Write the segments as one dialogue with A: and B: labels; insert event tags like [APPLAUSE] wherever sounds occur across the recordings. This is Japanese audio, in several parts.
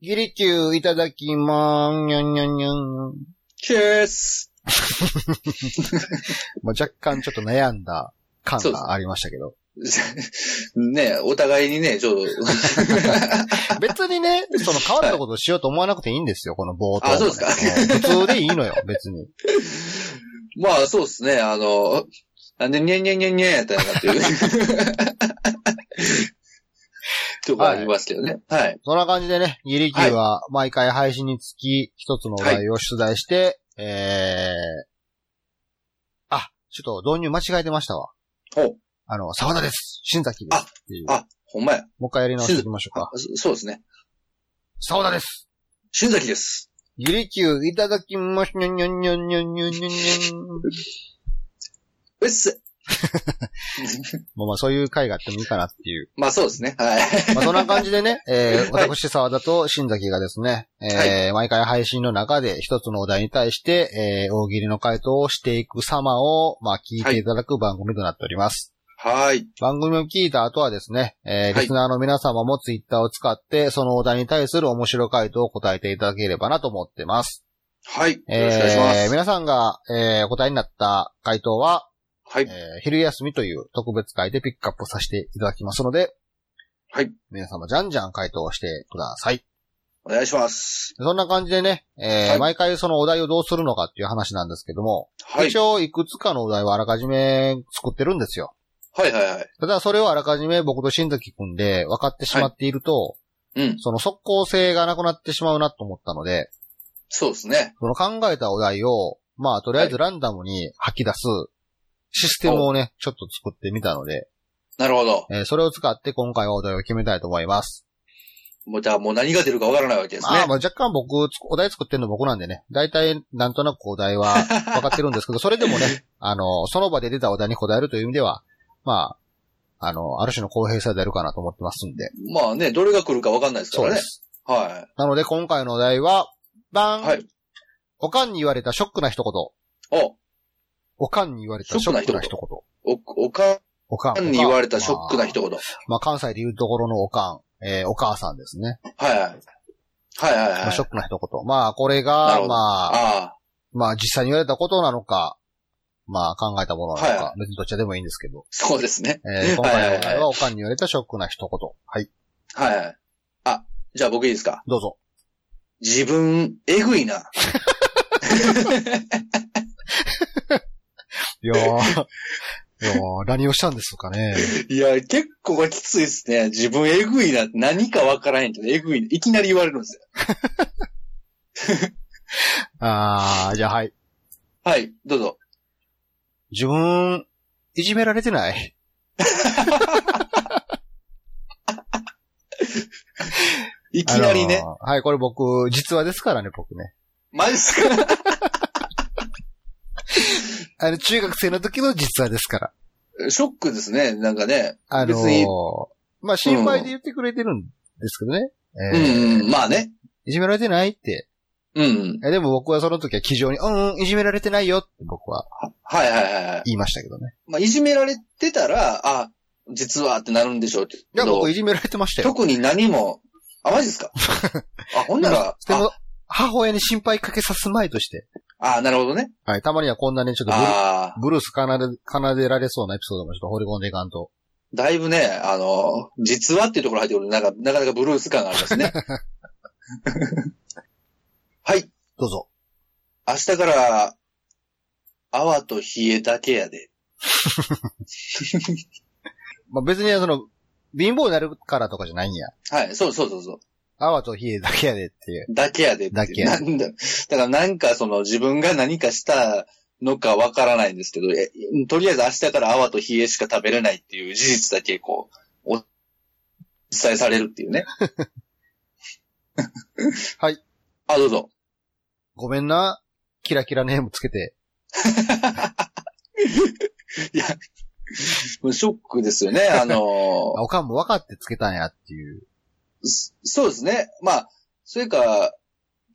A: ギリチューいただきまーん、にょんにょんにょん。
B: チェース
A: まあ、若干ちょっと悩んだ感
B: そうです
A: がありましたけど。
B: ねえお互いにね、ちょうど。 [LAUGHS]
A: 別にね、その変わったことをしようと思わなくていいんですよ、この冒頭もね、
B: あそうです
A: か。普通でいいの
B: [LAUGHS]
A: よ、別に。
B: まあ、そうですね、あの、あね、にゃんにゃんにゃんにゃんやったらなっていう。 [LAUGHS] とかありますけどね。はい。
A: そんな感じでね、ギリキューは毎回配信につき、一つのお題を出題して、えー、あ、ちょっと導入間違えてましたわ。
B: ほう。
A: あの、沢田です。新崎です。っていう。
B: あほんまや。
A: もう一回やり直していきましょうか。
B: そそうですね。
A: 沢田です。
B: 新崎です。
A: ゆりきゅういただきます。にょんにょんにょんにょんにょんにょんにょん。
B: うっす。
A: まあまあそういう回があってもいいかなっていう。
B: まあ、そうですね。はい。
A: まあそんな感じでね、えー、
B: はい
A: 私沢田と新崎がですね、えー毎回配信の中で一つのお題に対して、えー、大喜利の回答をしていく様を、まあ聞いていただく番組となっております。
B: はい。
A: 番組を聞いた後はですね、えー
B: はい
A: リスナーの皆様もツイッターを使って、そのお題に対する面白い回答を答えていただければなと思ってます。
B: はい。よろしくお願いしま
A: えー、
B: す。
A: 皆さんが、えー、お答えになった回答は、
B: は
A: え
B: い。
A: ー、昼休みという特別会でピックアップさせていただきますので、
B: はい。
A: 皆様じゃんじゃん回答してください。
B: お願いします。
A: そんな感じでね、えー
B: はい
A: 毎回そのお題をどうするのかっていう話なんですけども、
B: はい
A: 一。応いくつかのお題はあらかじめ作ってるんですよ。
B: はいはいはい。
A: ただそれをあらかじめ僕と新崎くんで分かってしまっていると、
B: うん。
A: その即効性がなくなってしまうなと思ったので、
B: そうですね。
A: その考えたお題を、まあ、とりあえずランダムに吐き出すシステムをね、ちょっと作ってみたので、
B: なるほど。
A: えーそれを使って今回はお題を決めたいと思います。
B: もう、じゃあもう何が出るかわからないわけです
A: まあ、
B: ね。
A: まあ若干僕、つお題作ってるの僕なんでね、大体なんとなくお題は分かってるんです
B: [LAUGHS]
A: けど、それでもね、あの、その場で出たお題に答えるという意味では、まあ、あの、ある種の公平さであるかなと思ってますんで。
B: まあね、どれが来るかわかんないですか
A: そう
B: ら
A: で
B: ね。
A: す。
B: は
A: なので今回のお題は、バ
B: い。
A: ン、
B: はい。
A: おかんに言われたショックな一言。
B: お、
A: おかんに言われたショックな一言。
B: お、おか
A: おか
B: んに言われたショックな一言。はい
A: まあ、関西で言うところのおかん、えーお母さんですね。
B: はい。はいはい
A: まあ、
B: はい
A: ショ。ックな一言。まあ、これ
B: なる
A: が、
B: ほど
A: まあ、
B: ああ、
A: まあ、実際に言われたことなのか、まあ、考えたものなのか、
B: はいは
A: 別にどっちでもいいんですけど、
B: そうですね。
A: えー今回のお
B: はいはい
A: 題
B: は
A: は、おかんに言われたショックな一言。はい、
B: はいはい。あ、じゃあ僕いいですか
A: どうぞ。
B: 自分、えぐいな。
A: い [LAUGHS] やー、いやー何をしたんですかね。
B: いや、結構これきついですね。自分、えぐいな。何かわからへんけど、えぐいな。いきなり言われるんですよ。
A: あー、じゃあはい。
B: はい、どうぞ。
A: 自分、いじめられてない
B: いきなりね
A: あ。のーはい、これ僕、実話ですからね、僕ね。
B: マジっすか [LAUGHS]
A: あの、中学生の時の実話ですから。
B: ショックですね。なんかね。
A: あの
B: 別に
A: ー、まあ、心配で言ってくれてるんですけどね。
B: う
A: えー
B: んうん。まあね。
A: いじめられてないって。
B: うんうん。
A: えでも僕はその時は気丈に、うん、うん、いじめられてないよって僕は
B: はいはいはいはい。
A: 言いましたけどね。
B: まあ、いじめられてたら、あ、実はってなるんでしょうけ
A: いや、
B: ど
A: 僕い、じめられてましたよ。
B: 特に何も、あ、マジ
A: [LAUGHS]
B: ですかあ、ほんなら、
A: で
B: あ
A: も、母親に心配かけさすまいとして。
B: あ、なるほどね。
A: はい、たまにはこんなね、ちょっとブル
B: ああ、
A: ブルース奏で、奏でられそうなエピソードもちょっと放り込んでいかんと。
B: だいぶね、あの、実はっていうところ入ってくるとなんか、なかなかブルース感がありま
A: [LAUGHS]
B: すね。はい、
A: どうぞ。
B: 明日から、泡と冷えだけやで。
A: まあ、別にその、貧乏になるからとかじゃないんや。
B: はい、そうそうそうそう。
A: 泡と冷えだけやでっていう。
B: だけやでって。
A: だけや。
B: なんだ。だからなんかその自分が何かしたのかわからないんですけど、えとりあえず明日から泡と冷えしか食べれないっていう事実だけこう、お伝えされるっていうね
A: [LAUGHS] はい。
B: あ、どうぞ。 [LAUGHS]
A: ごめんな。キラキラネームつけて。
B: いや、もうショックですよね。あの
A: [LAUGHS] あおかんも分かってつけたんやっていう。
B: そそうですね。まあ、それか、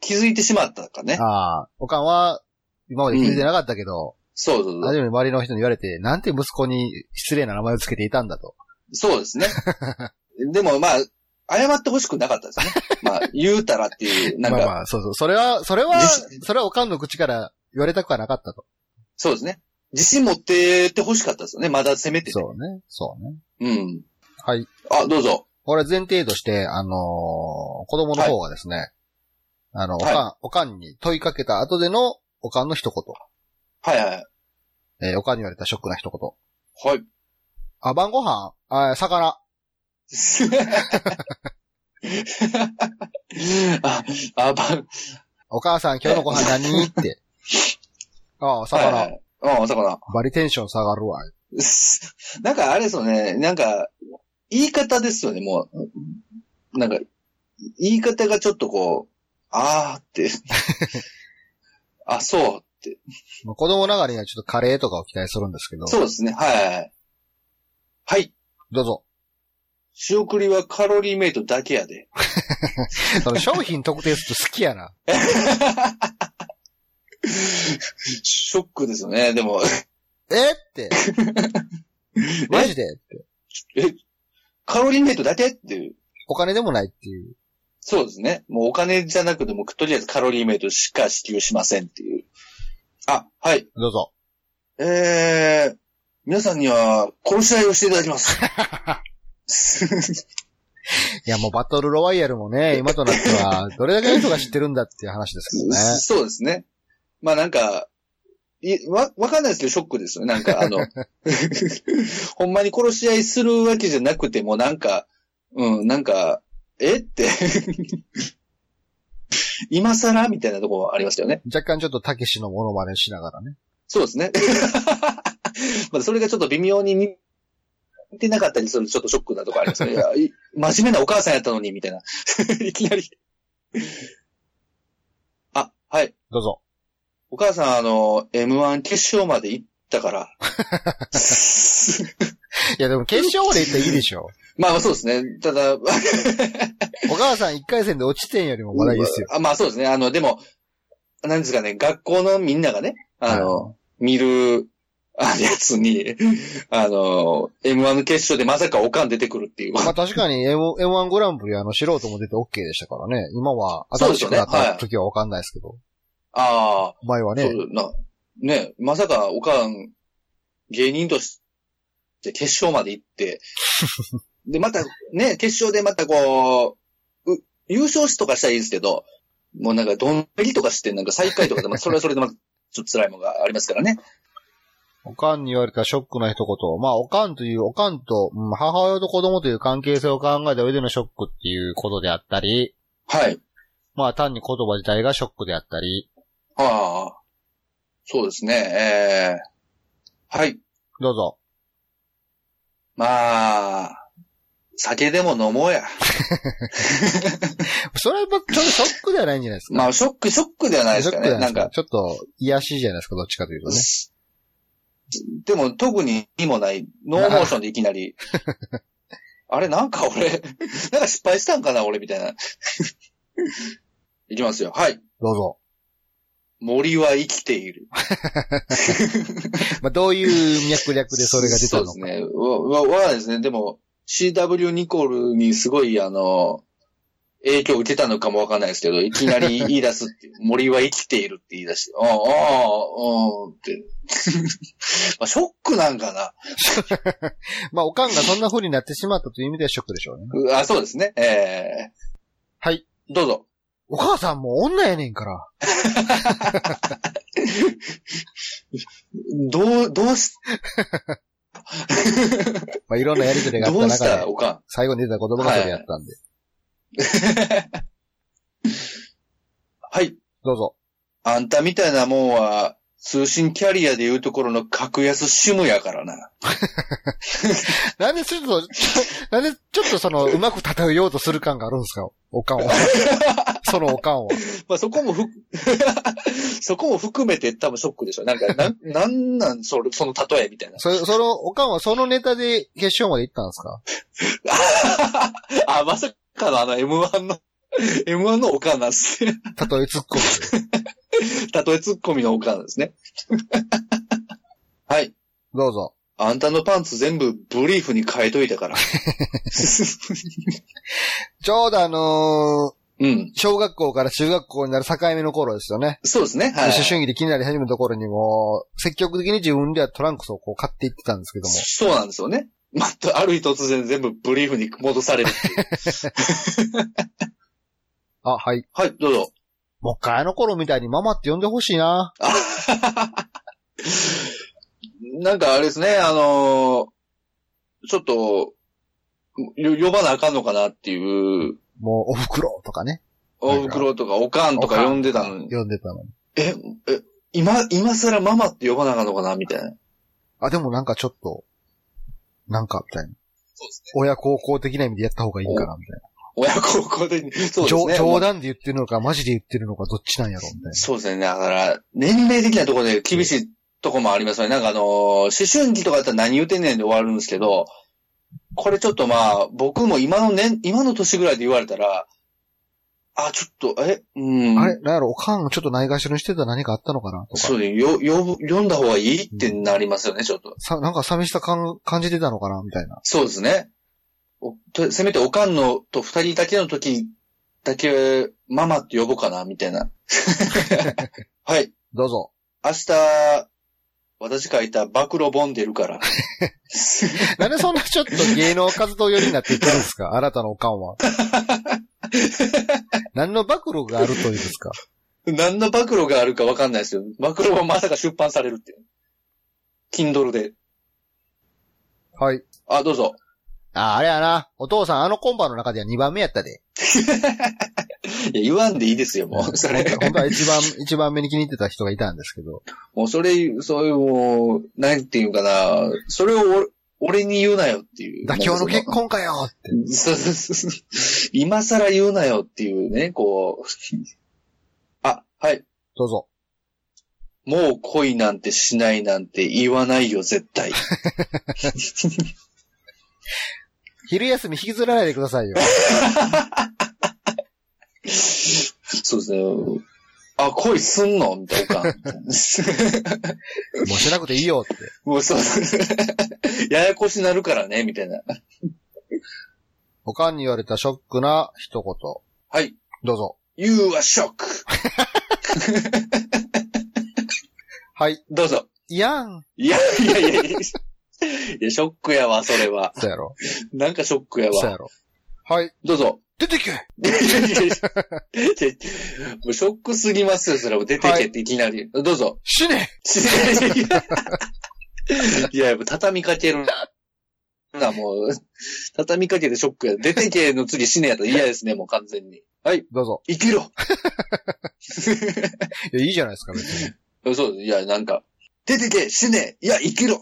B: 気づいてしまったかね。
A: ああ、おかんは、今まで気づいてなかったけど、
B: そうそうそう
A: 初。めて周りの人に言われて、なんて [LAUGHS] 息子に失礼な名前をつけていたんだと。
B: そうですね。でもまあ、謝ってほしくなかったですね。
A: [LAUGHS]
B: まあ、言うたらっていう、なんか、
A: まあまあ、そうそう。それは、それは、
B: 実
A: それはおかんの口から言われたくはなかったと。
B: そうですね。自信持ってってほしかったですよね。まだ攻めて、ね。
A: そうね。そうね。
B: うん。
A: はい。
B: あ、どうぞ。
A: これ前提として、あのー子供の方がですね、あの、おかん、おかんに問いかけた後でのおかんの一
B: はいはい。
A: 言。えーおかんに言われたショックな一言。
B: はい。 [LAUGHS]
A: あ、晩ご飯、あ、魚。
B: あ、あ、ば、
A: お母さん今日のご飯何
B: [LAUGHS]
A: って。ああ、魚、
B: はいはい。うん、お魚。
A: バリテンション下がるわ。
B: なんかあれですよね。なんか、言い方ですよね、もう。なんか、言い方がちょっとこう、あ
A: [LAUGHS]
B: ーって。あ、そうって。
A: まあ、子供ながらにはちょっとカレーとかを期待するんですけど。
B: そうですね、はいはいはい。はい。
A: どうぞ。
B: 仕送りはカロリーメイトだけやで。 [LAUGHS]
A: その商品特定すると好きやな。
B: ショックですよね、でも。
A: えって。マジで
B: カロリーメイトだけっていう。
A: お金でもないっていう。
B: そうですね。もうお金じゃなくても、とりあえずカロリーメイトしか支給しませんっていう。あ、はい。
A: どうぞ。
B: えー、皆さんには殺し合いをしていただきます。
A: [LAUGHS] いや、もうバトルロワイヤルもね、今となっては、どれだけの人が知ってるんだっていう話ですけどね。
B: そうですね。まあなんか、いわ、わかんないですけど、ショックですよね。なんか、あの、ほんまに殺し合いするわけじゃなくても、なんか、うん、なんか、えって、 [LAUGHS] 今更みたいなところありましたよね。
A: 若干ちょっとたけしのモノマネしながらね。
B: そうですね。 [LAUGHS] まあそれがちょっと微妙に似てなかったりするとちょっとショックなところありますね。いやい真面目なお母さんやったのに、みたいな。 [LAUGHS] いきなり。あ、はい。
A: どうぞ。
B: お母さん、あの、M1 決勝まで行った
A: [LAUGHS]
B: から。
A: いや、でも決勝まで行ったらいいでしょ。
B: まあそうですね。ただ、 [LAUGHS]
A: お母さん一回戦で落ちてんよりも話題ですよ。
B: あまあそうですね。あの、でも、なんですかね、学校のみんながね、あの、見る、あやつに、あの、M1 の決勝でまさかおかん出てくる
A: [LAUGHS]
B: っていう。
A: まあ確かに M- M1 グランプリはあの素人も出て OK でしたからね。今は新しくなっ
B: そうですよねは
A: た
B: い
A: 時はわかんないですけど。
B: ああ、
A: 前は
B: そ
A: ね。
B: うな、ね、まさかおかん、芸人として決勝まで
A: [LAUGHS]
B: 行って、で、また、ね、決勝でまたこう、う優勝しとかしたらいいんですけど、もうなんか、どんべりとかして、なんか最下位とかで、まあ、それはそれでまた、ちょっと辛いものがありますからね。
A: おかんに言われたショックな一言。まあ、おかんという、おかんと、うん母親と子供という関係性を考えた上でのショックっていうことであったり、
B: はい。
A: まあ単に言葉自体がショックであったり、
B: ああ。そうですね。えー、はい。
A: どうぞ。
B: まあ、酒でも飲もうや。
A: それはちょっとショックではないんじゃないですか。
B: まあ、ショック、ショックではないで
A: ショ
B: す
A: ッ
B: か
A: クじゃ
B: ね。
A: ないですか
B: なんか、。
A: ちょっと、癒やしじゃないですか、どっちかというとね。
B: でも特に意味もない、ノーモーションでいきな
A: [LAUGHS]
B: り。あれなんか俺、なんか失敗したんかな俺みたいな。いきますよ。はい。
A: どうぞ。
B: 森は生きている。
A: まあ、どういう脈略でそれが出たのか。
B: そうですね。わ、わ、わですね。でも、CW ニコルにすごい、あの、影響を受けたのかもわかんないですけど、いきな
A: [LAUGHS]
B: り言い出すっていう、森は生きているって言い出して、ああ、ああ、って。 [LAUGHS] まあ、ショックなんかな。
A: まあ、おかんがそんな風になってしまったという意味ではショックでしょう
B: [LAUGHS]
A: ね。
B: うあ、そうですね。ええ
A: はい。
B: どうぞ。
A: お母さんも女やねんから。
B: どう、どうし、
A: まあ、いろんなやりとりがあっ
B: ど
A: た
B: うし
A: 中
B: た
A: で、
B: おか
A: 最後に出た言葉がそれやったんで。
B: ん。はい。
A: どうぞ。
B: あんたみたいなもんは、通信キャリアで言うところの格安シムやからな。
A: なんでちょっと、 [LAUGHS] なんでちょっとその、うまく叩うようとする感があるんですかお
B: [LAUGHS]
A: かんは。そのおかんは。
B: [LAUGHS] まあそこもふ、 [LAUGHS] そこも含めて多分ショックでしょ。なん [LAUGHS] か、なん、なんなん、それ、その例えみたいな。
A: そ、その、おかんはそのネタで決勝まで行ったんですか
B: [LAUGHS] あ、まさかのあの M1 の、M1 のおかんなんですね。 [LAUGHS]
A: 例え突っ込む。
B: [LAUGHS] 例えツッコミのおかんですね。はい。
A: どうぞ。
B: あんたのパンツ全部ブリーフに変えといた [LAUGHS] から。
A: ちょうどあの
B: う
A: ー
B: ん。
A: 小学校から中学校になる境目の頃ですよね。
B: そうですね。はい。
A: 民主主義で気になり始めた頃にも、積極的に自分ではトランクスをこう買っていってたんですけども。
B: そうなんですよね。また、ある日突然全部ブリーフに戻されるって
A: [LAUGHS]
B: いう。
A: あ、はい。
B: はい、どうぞ。
A: もう一回あの頃みたいにママって呼んでほしいな。
B: あなんかあれですね、あのーちょっと、よ呼ばなあかんのかなっていう、
A: もう、お袋とかね。
B: お袋とかおかんとか呼んでたのに、
A: 呼んでたのに。
B: え、え、今、今更ママって呼ばなあかんのかなみたいな。
A: あ、でもなんかちょっと、なんか、みたいな。
B: そうですね。
A: 親孝行的な意味でやった方がいいんかな、みたいな。
B: 親孝行的に、そうです
A: 冗
B: ね。
A: 冗談で言ってるのか、マジで言ってるのか、どっちなんやろ、みたいな。
B: そうですね。だから、年齢的なところで厳しいとこもありますよね。なんかあのー思春期とかだったら何言うてんねんで終わるんですけど、これちょっとまあ、僕も今の年、今の年ぐらいで言われたら、あ、ちょっと、え、うん。
A: あれなんやろ、おかんをちょっとないがしろにしてた何かあったのかな、とか。
B: そうね、よ、よ、読んだ方がいいってなりますよね、ちょっと。
A: さ、なんか寂しさ感感じてたのかな、みたいな。
B: そうですね。おとせめておかんのと二人だけの時だけ、ママって呼ぼうかな、みたい
A: [LAUGHS]
B: な。はい。
A: どうぞ。
B: 明日、私書いた暴露本出るから。
A: [LAUGHS]
B: [LAUGHS]
A: なんでそんなちょっと芸能活動寄りになっていくんですか [LAUGHS] あなたのおかんは。何の暴露があるというんですか
B: 何の暴露があるかわかんないですよ。暴露はまさか出版されるって。Kindle で。
A: はい。
B: あ、どうぞ。
A: あ、あれやな。お父さん、あのコンパの中では2番目やったで。
B: いや、言わんでいいですよ、も
A: 本
B: う。
A: 当
B: そ
A: は
B: れ。
A: 本当は一番、 [LAUGHS] 一番目に気に入ってた人がいたんですけど。
B: もうそれ、そういう、もう、なんていうかな。それをお俺に言うなよっていう。
A: 妥協の結婚かよって。
B: そうそうそうそう。今更言うなよっていうね、こう。 [LAUGHS] あ、はい。
A: どうぞ。
B: もう恋なんてしないなんて言わないよ、絶対。
A: 昼休み引きずらないでくださいよ。
B: そうですね。あ、恋すんのみたいな。
A: もうしなくていいよって。
B: もうそう。ややこしなるからね、みたいな。
A: おかんに言われたショックな一言。
B: はい。
A: どうぞ。
B: You are shock!
A: はい。
B: どうぞ。
A: いやん。
B: いや、いやいやいや。いや、ショックやわ、それは。
A: そうやろ。
B: なんかショックや
A: そう
B: わ。
A: やろ。はい。
B: どうぞ。
A: 出てけ
B: いやいやいやいやもうショックすぎますよ、それはもう出てけっていきなり。どうぞ。
A: 死ね
B: [LAUGHS] いや、やっぱ畳みかけるな、もう。畳みかけてショックや。出てけの次死ねやったら嫌ですね、もう完全に。はい、
A: どうぞ。
B: 生きろ
A: いや、いいじゃないですか、別に。
B: そうです。いや、なんか、出てけ死ねいや、生きろ